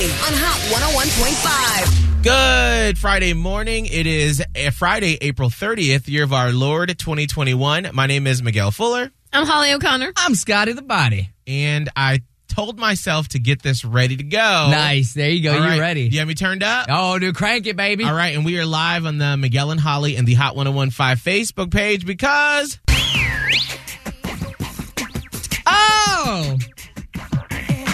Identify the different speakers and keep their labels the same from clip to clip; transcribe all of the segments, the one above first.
Speaker 1: on Hot 101.5.
Speaker 2: Good Friday morning. It is a Friday, April 30th, year of our Lord 2021. My name is Miguel Fuller,
Speaker 3: I'm Holly O'Connor.
Speaker 4: I'm Scotty the Body.
Speaker 2: and I told myself to get this ready to go.
Speaker 4: Nice. There you go.
Speaker 2: Oh. All
Speaker 4: you
Speaker 2: right.
Speaker 4: ready?
Speaker 2: You have me turned up?
Speaker 4: Oh, dude, crank it, baby.
Speaker 2: All right, and we are live on the Miguel and Holly and the Hot 1015 Facebook page because
Speaker 4: Oh,
Speaker 2: Hey,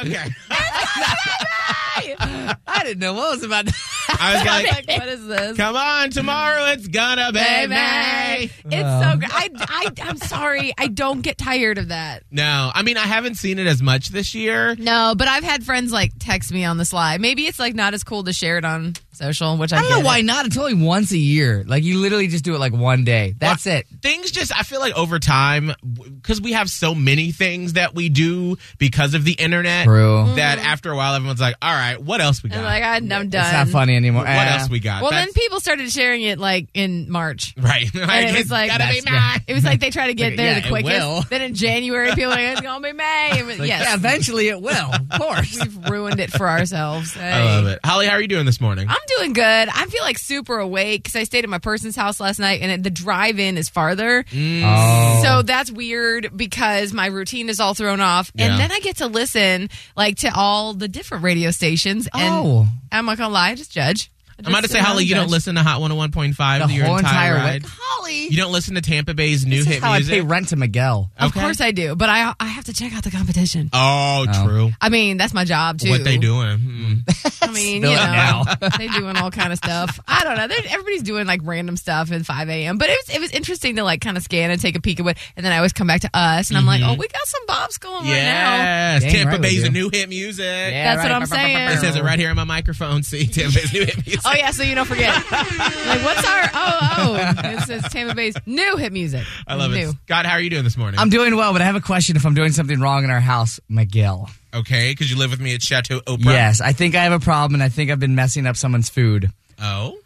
Speaker 2: okay.
Speaker 4: I didn't know what was about.
Speaker 2: I was like,
Speaker 3: Like, what is this?
Speaker 2: come on, tomorrow it's gonna be May.
Speaker 3: Baby. It's
Speaker 4: Um.
Speaker 3: so great. I, I, I'm sorry. I don't get tired of that.
Speaker 2: No, I mean I haven't seen it as much this year.
Speaker 3: No, but I've had friends like text me on the sly. Maybe it's like not as cool to share it on social, which I,
Speaker 4: I don't know
Speaker 3: get
Speaker 4: why
Speaker 3: it.
Speaker 4: not. It's only once a year. Like you literally just do it like one day. That's it.
Speaker 2: Things just I feel like over time because we have so many things that we do because of the internet
Speaker 4: True.
Speaker 2: that after a while everyone's like, all right, what else we got?
Speaker 3: And like I, I'm done.
Speaker 4: It's not funny anymore.
Speaker 2: what
Speaker 4: Eh.
Speaker 2: else we got?
Speaker 3: Well,
Speaker 2: That's-
Speaker 3: then people started sharing it like in March.
Speaker 2: right.
Speaker 3: And
Speaker 2: Like,
Speaker 3: it
Speaker 2: it's
Speaker 3: was like
Speaker 2: gotta be mine.
Speaker 3: it was like they try to get
Speaker 4: Like,
Speaker 3: there
Speaker 4: yeah,
Speaker 3: the
Speaker 4: it
Speaker 3: quickest.
Speaker 4: will.
Speaker 3: Then in January, people are like, it's gonna be May. It was-
Speaker 4: Like,
Speaker 3: yes,
Speaker 4: Yeah, eventually it will. Of course.
Speaker 3: we've ruined it for ourselves.
Speaker 2: I love it. Holly, how are you doing this morning?
Speaker 3: I'm doing good. I feel like super awake because I stayed at my person's house last night, and it- the drive-in is farther,
Speaker 2: Mm.
Speaker 4: Oh.
Speaker 3: so that's weird because my routine is all thrown off.
Speaker 2: Yeah.
Speaker 3: And then I get to listen like to all the different radio stations. And
Speaker 4: Oh.
Speaker 3: I'm not gonna lie, I just judge. I
Speaker 2: I'm about to
Speaker 3: just
Speaker 2: say,
Speaker 3: sit
Speaker 2: Holly,
Speaker 3: around
Speaker 2: you don't
Speaker 3: and
Speaker 2: listen to Hot 101.5
Speaker 4: The
Speaker 2: your
Speaker 4: whole
Speaker 2: entire,
Speaker 4: entire
Speaker 2: ride.
Speaker 4: week.
Speaker 3: Holly.
Speaker 2: You don't listen to Tampa Bay's new
Speaker 4: This
Speaker 2: hit
Speaker 4: is how
Speaker 2: music.
Speaker 4: I pay rent to Miguel.
Speaker 3: Of
Speaker 2: Okay.
Speaker 3: course I do, but I I have to check out the competition.
Speaker 2: Oh,
Speaker 4: Oh.
Speaker 2: true.
Speaker 3: I mean, that's my job too.
Speaker 2: What they doing? Mm.
Speaker 3: I mean, you
Speaker 4: Spill it
Speaker 3: know,
Speaker 4: now.
Speaker 3: they doing all kind of stuff. I don't know. They're, everybody's doing like random stuff at 5 a.m. But it was, it was interesting to like kind of scan and take a peek at what, and then I always come back to us, and I'm
Speaker 2: Mm-hmm.
Speaker 3: like, oh, we got some bobs going right now.
Speaker 2: Yes,
Speaker 4: Dang
Speaker 2: Tampa
Speaker 4: right with
Speaker 2: Bay's
Speaker 4: you.
Speaker 2: a new hit music.
Speaker 4: Yeah,
Speaker 3: That's what I'm
Speaker 4: Brr, brr, brr,
Speaker 3: saying.
Speaker 4: brr,
Speaker 2: It says it
Speaker 4: brr.
Speaker 2: right here on my microphone. See, Tampa Bay's new hit music.
Speaker 3: Oh yeah, so you don't forget. like, what's our oh oh? It says Tampa Bay's new hit music.
Speaker 2: I love
Speaker 3: new.
Speaker 2: it. Scott, how are you doing this morning?
Speaker 4: I'm doing well, but I have a question. If I'm doing something wrong in our house, Miguel.
Speaker 2: okay, because you live with me at Chateau Oprah.
Speaker 4: Yes, I think I have a problem, and I think I've been messing up someone's food.
Speaker 2: Oh.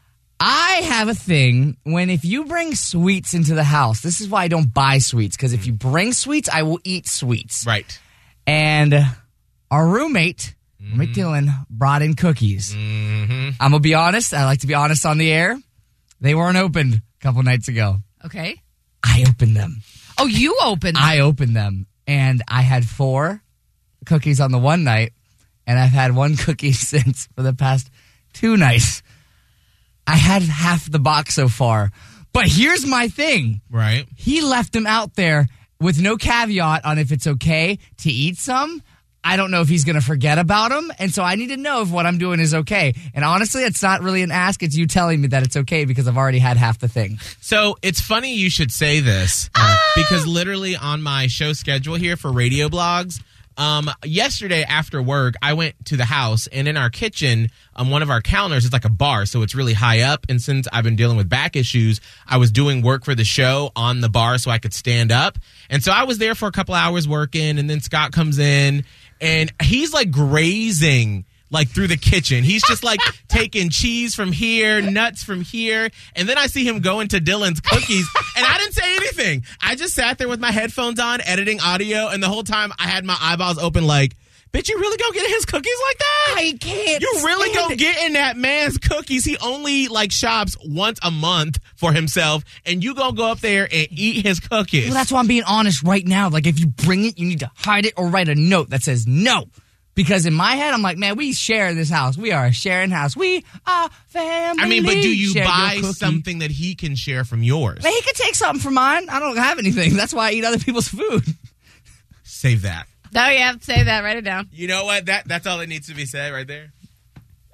Speaker 4: I have a thing when if you bring sweets into the house, this is why I don't buy sweets because if you bring sweets, I will eat sweets.
Speaker 2: Right.
Speaker 4: And our roommate, roommate Dylan, brought in cookies. I'm gonna be honest. I like to be honest on the air. They weren't opened a couple nights ago.
Speaker 3: Okay.
Speaker 4: I opened them.
Speaker 3: Oh, you opened.
Speaker 4: I opened them, and I had four cookies on the one night, and I've had one cookie since for the past two nights. I had half the box so far, but here's my thing:
Speaker 2: Right.
Speaker 4: he left them out there with no caveat on if it's okay to eat some. I don't know if he's going to forget about them, and so I need to know if what I'm doing is okay. And honestly, it's not really an ask; it's you telling me that it's okay because I've already had half the thing.
Speaker 2: So it's funny you should say this uh,
Speaker 4: Ah!
Speaker 2: because literally on my show schedule here for radio blogs, um, yesterday after work, I went to the house and in our kitchen, on one of our counters, it's like a bar, so it's really high up. And since I've been dealing with back issues, I was doing work for the show on the bar so I could stand up. And so I was there for a couple hours working, and then Scott comes in and he's like grazing like through the kitchen. He's just like taking cheese from here, nuts from here, and then I see him go into Dylan's cookies, and I didn't say anything. I just sat there with my headphones on, editing audio, and the whole time I had my eyeballs open, like, "Bitch, you really gonna get his cookies like that?
Speaker 4: I can't.
Speaker 2: you really
Speaker 4: stand
Speaker 2: gonna get in that man's cookies? He only like shops once a month for himself, and you gonna go up there and eat his cookies?
Speaker 4: Well, that's why I'm being honest right now. Like, if you bring it, you need to hide it or write a note that says no. Because in my head, I'm like, man, we share this house. We are a sharing house. We are family.
Speaker 2: I mean, but do you
Speaker 4: Share your
Speaker 2: buy
Speaker 4: cookie.
Speaker 2: something that he can share from yours?
Speaker 4: Man, he could take something from mine. I don't have anything. That's why I eat other people's food.
Speaker 2: Save that.
Speaker 3: oh yeah, say that. Write it down.
Speaker 2: You know what? That that's all that needs to be said right there.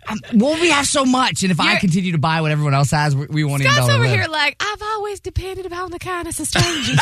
Speaker 4: Um, well, we have so much, and if I
Speaker 3: You're-
Speaker 4: continue to buy what everyone else has, we, we won't even
Speaker 3: Scott's
Speaker 4: know.
Speaker 3: over here like I've always depended upon the kindness of strangers.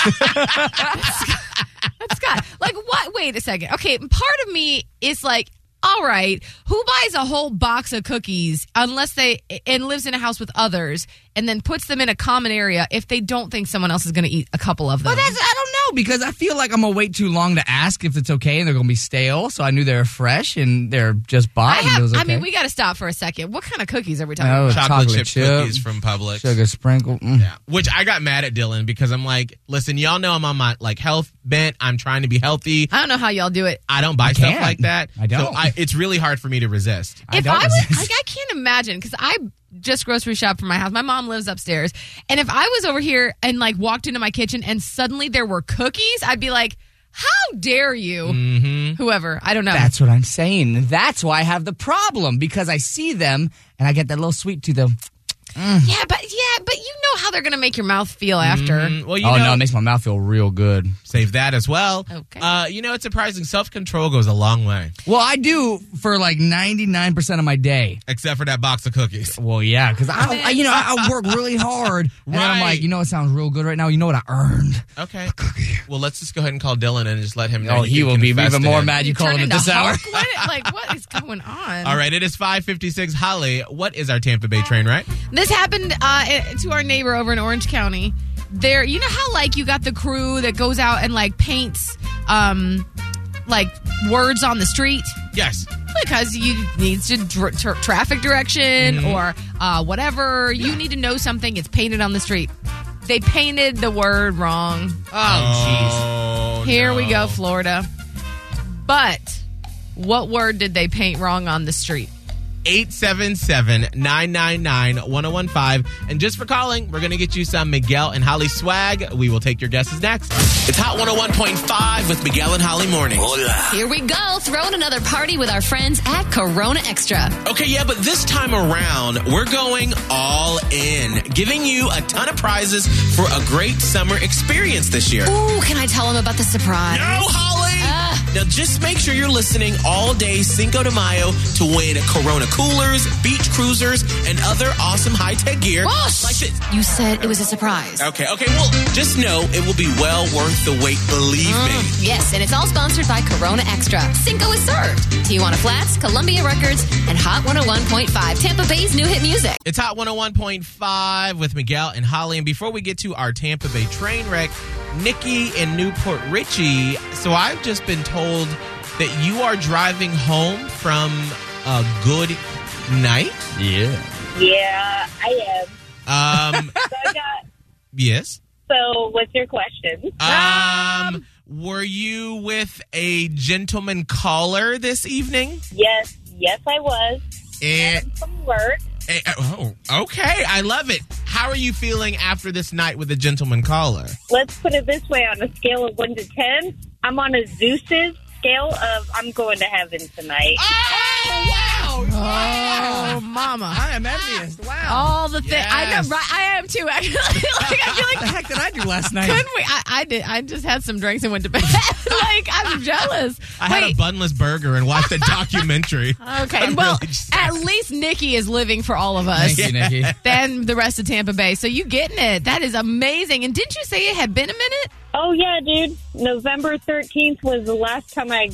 Speaker 3: Scott, like what? Wait a second. Okay, part of me is like, all right, who buys a whole box of cookies unless they and lives in a house with others and then puts them in a common area if they don't think someone else is going to eat a couple of them?
Speaker 4: But that's I don't know because I feel like I'm gonna wait too long to ask if it's okay, and they're gonna be stale. So I knew they were fresh and they're just bought.
Speaker 3: I
Speaker 4: and it
Speaker 3: have.
Speaker 4: was
Speaker 3: I mean,
Speaker 4: okay.
Speaker 3: we got to stop for a second. What kind of cookies are we talking about?
Speaker 4: Oh, it's
Speaker 2: chocolate, chip,
Speaker 4: chip,
Speaker 2: cookies from Publix.
Speaker 4: sugar sprinkle. Mm.
Speaker 2: Yeah. Which I got mad at Dylan because I'm like, listen, y'all know I'm on my like health bent. I'm trying to be healthy.
Speaker 3: I don't know how y'all do it.
Speaker 2: I don't buy stuff
Speaker 4: can't.
Speaker 2: like that.
Speaker 4: I don't.
Speaker 2: So I, it's really hard for me to resist.
Speaker 3: if
Speaker 4: don't
Speaker 3: I was,
Speaker 4: resist.
Speaker 3: like, I can't imagine because I just grocery shop for my house. My mom lives upstairs, and if I was over here and like walked into my kitchen and suddenly there were cookies, I'd be like, "How dare you, whoever?" I don't know.
Speaker 4: Mm-hmm. That's what I'm saying. That's why I have the problem because I see them and I get that little sweet tooth. Though.
Speaker 3: yeah, but yeah, but you know how they're gonna make your mouth feel after.
Speaker 2: Mm, Well, you
Speaker 4: Oh
Speaker 2: know,
Speaker 4: no, it makes my mouth feel real good.
Speaker 2: save that as well.
Speaker 3: Okay.
Speaker 2: Uh, you know, it's surprising. Self control goes a long way,
Speaker 4: Well, I do for like 99 percent of my day.
Speaker 2: except for that box of cookies.
Speaker 4: Well, yeah, because I, I, you know, I I work really hard, and
Speaker 2: Right.
Speaker 4: I'm like, you know, it sounds real good right now. You know what I earned?
Speaker 2: Okay. Well, let's just go ahead and call Dylan and just let him know.
Speaker 4: Oh,
Speaker 2: you
Speaker 4: he
Speaker 2: can
Speaker 4: will be
Speaker 2: confess
Speaker 4: even
Speaker 2: to
Speaker 4: more
Speaker 2: him.
Speaker 4: mad. You call
Speaker 3: turn
Speaker 4: him at
Speaker 3: into
Speaker 4: this hour.
Speaker 3: Hulk? What, like, what is going on?
Speaker 2: All right, it is 5:56. Holly, what is our Tampa Bay train, right?
Speaker 3: This happened uh, to our neighbor over in Orange County. There, you know how like you got the crew that goes out and like paints, um, like words on the street
Speaker 2: Yes.
Speaker 3: because you need to dr- tra- traffic direction or uh, whatever. You need to know something. It's painted on the street. They painted the word wrong. Oh,
Speaker 2: Oh,
Speaker 3: jeez. Here we
Speaker 2: no.
Speaker 3: go, Florida. But what word did they paint wrong on the street?
Speaker 2: 877-999-1015. And just for calling, we're going to get you some Miguel and Holly swag. We will take your guesses next. It's Hot 101.5 with Miguel and Holly Morning.
Speaker 5: Here we go, throwing another party with our friends at Corona Extra.
Speaker 2: Okay, yeah, but this time around, we're going all in, giving you a ton of prizes for a great summer experience this year.
Speaker 5: Ooh, can I tell them about the surprise?
Speaker 2: No, Holly! Now, just make sure you're listening all day Cinco de Mayo to win Corona coolers, beach cruisers, and other awesome high tech gear.
Speaker 5: Bush!
Speaker 2: Like this.
Speaker 5: You said it was a surprise.
Speaker 2: Okay, okay, well, just know it will be well worth the wait, believe me.
Speaker 5: Yes, and it's all sponsored by Corona Extra. Cinco is served. Tijuana Flats, Columbia Records, and Hot 101.5, Tampa Bay's new hit music.
Speaker 2: It's Hot 101.5 with Miguel and Holly. And before we get to our Tampa Bay train wreck, Nikki in Newport Richie. So I've just been told that you are driving home from a good night.
Speaker 4: Yeah.
Speaker 6: Yeah, I am.
Speaker 2: Um,
Speaker 6: So, I got,
Speaker 2: yes.
Speaker 6: so what's your question?
Speaker 2: Um, were you with a gentleman caller this evening?
Speaker 6: Yes, yes, I was
Speaker 2: Eh,
Speaker 6: from work.
Speaker 2: eh, oh, okay. I love it. How are you feeling after this night with a gentleman caller?
Speaker 6: Let's put it this way: on a scale of one to ten, I'm on a Zeus's scale of I'm going to heaven tonight.
Speaker 2: Oh, wow.
Speaker 3: Oh, mama.
Speaker 4: I am envious. Wow.
Speaker 3: all the things. I know,
Speaker 2: Yes.
Speaker 3: right? I am too. Actually, like I feel
Speaker 4: What the
Speaker 3: like
Speaker 4: heck did I do last night?
Speaker 3: couldn't we? I, I did. I just had some drinks and went to bed. like I'm jealous.
Speaker 2: I had a bunless burger and watched a documentary.
Speaker 3: okay.
Speaker 2: I'm
Speaker 3: well,
Speaker 2: really just-
Speaker 3: at least Nikki is living for all of us.
Speaker 4: Thank you, Nikki.
Speaker 3: Than the rest of Tampa Bay. So you getting it. That is amazing. And didn't you say it had been a minute?
Speaker 6: Oh yeah, dude! November thirteenth was the last time I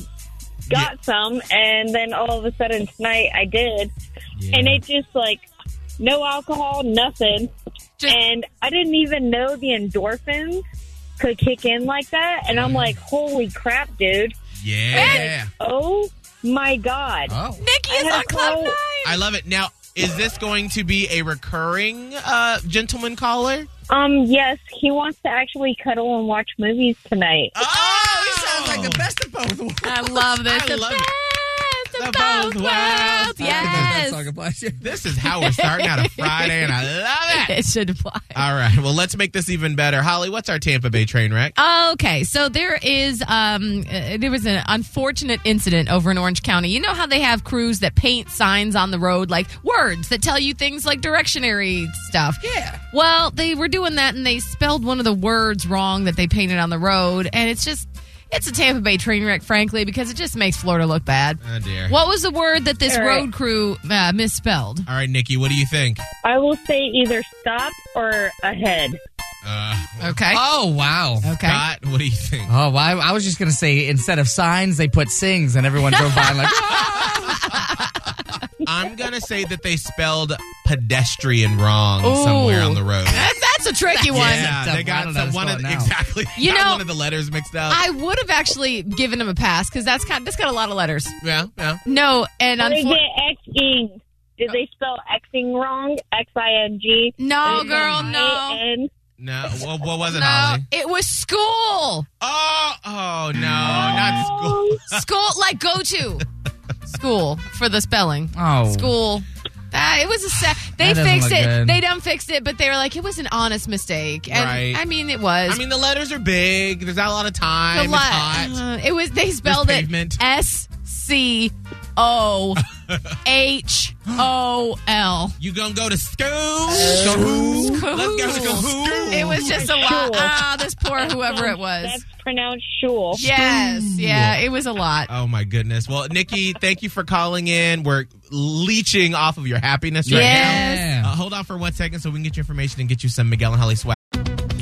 Speaker 6: got some, and then all of a sudden tonight I did, and it just like no alcohol, nothing,
Speaker 3: Just-
Speaker 6: and I didn't even know the endorphins could kick in like that, and I'm like, holy crap, dude!
Speaker 2: Yeah.
Speaker 6: Oh my god!
Speaker 4: Oh.
Speaker 3: Nikki
Speaker 6: I
Speaker 3: is
Speaker 6: had
Speaker 3: on
Speaker 6: a
Speaker 3: Club
Speaker 6: call-
Speaker 3: Nine.
Speaker 2: I love it. Now, is this going to be a recurring uh, gentleman caller?
Speaker 6: Um, yes, he wants to actually cuddle and watch movies tonight.
Speaker 2: Oh,
Speaker 4: He sounds like the best of both worlds.
Speaker 3: I love this.
Speaker 2: I
Speaker 3: The
Speaker 2: love
Speaker 3: best
Speaker 2: The
Speaker 3: of
Speaker 2: both
Speaker 3: both
Speaker 2: worlds.
Speaker 3: worlds.
Speaker 4: That song
Speaker 3: Yes.
Speaker 4: applies to you.
Speaker 2: This is how we're starting out a Friday, and I love it.
Speaker 3: It should apply.
Speaker 2: All right. Well, let's make this even better. Holly, what's our Tampa Bay train wreck?
Speaker 3: Okay, so there is um uh, there was an unfortunate incident over in Orange County. You know how they have crews that paint signs on the road like words that tell you things like directionary stuff.
Speaker 4: Yeah.
Speaker 3: Well, they were doing that and they spelled one of the words wrong that they painted on the road and it's just it's a Tampa Bay train wreck frankly because it just makes Florida look bad.
Speaker 2: Oh, dear.
Speaker 3: What was the word that this
Speaker 6: All right.
Speaker 3: road crew uh, misspelled?
Speaker 2: All right, Nikki, what do you think?
Speaker 6: I will say either stop or ahead.
Speaker 3: Okay.
Speaker 4: Oh wow.
Speaker 3: okay.
Speaker 2: Uh, Scott, what do you think?
Speaker 4: Oh, well, I, I was just gonna say instead of signs, they put sings, and everyone drove by and like.
Speaker 2: I'm gonna say that they spelled pedestrian wrong somewhere on the road.
Speaker 3: That- That's a tricky one.
Speaker 2: Yeah, they
Speaker 4: I
Speaker 2: got
Speaker 4: don't know
Speaker 2: some,
Speaker 4: how to
Speaker 2: one
Speaker 4: spell
Speaker 2: of
Speaker 4: it
Speaker 2: the,
Speaker 4: now.
Speaker 2: exactly.
Speaker 3: You
Speaker 2: got
Speaker 3: know,
Speaker 2: one of the letters mixed up.
Speaker 3: I would have actually given him a pass because that's kind. That's got a lot of letters.
Speaker 2: yeah, yeah.
Speaker 3: No, and
Speaker 6: Or is
Speaker 3: unfortunately.
Speaker 6: it Xing? Did they spell Xing wrong? X I N G.
Speaker 3: No, Oh, girl, no.
Speaker 6: And
Speaker 2: No, what, what was it,
Speaker 3: No,
Speaker 2: Holly?
Speaker 3: it was school.
Speaker 2: Oh, oh no, not school.
Speaker 3: School, like go to school for the spelling.
Speaker 4: Oh.
Speaker 3: School. Ah, it was a sa- They
Speaker 4: That doesn't
Speaker 3: fixed
Speaker 4: look
Speaker 3: it.
Speaker 4: good.
Speaker 3: They done fixed it, but they were like, it was an honest mistake. And
Speaker 2: Right.
Speaker 3: I mean, it was.
Speaker 2: I mean, the letters are big. There's not a lot of time.
Speaker 3: a lot.
Speaker 2: It's hot.
Speaker 3: Uh, it was. They spelled
Speaker 2: There's
Speaker 3: it
Speaker 2: pavement.
Speaker 3: S C O H O L.
Speaker 2: You gonna go to school? School. Let's go to school.
Speaker 3: It was just a lot.
Speaker 6: School.
Speaker 3: Ah, this poor whoever it was.
Speaker 6: That's pronounced shul.
Speaker 3: Yes, yeah, it was a lot.
Speaker 2: Oh my goodness. Well, Nikki, thank you for calling in. We're leeching off of your happiness right
Speaker 3: Yes.
Speaker 2: now. Uh, hold on for one second so we can get your information and get you some Miguel and Holly swag.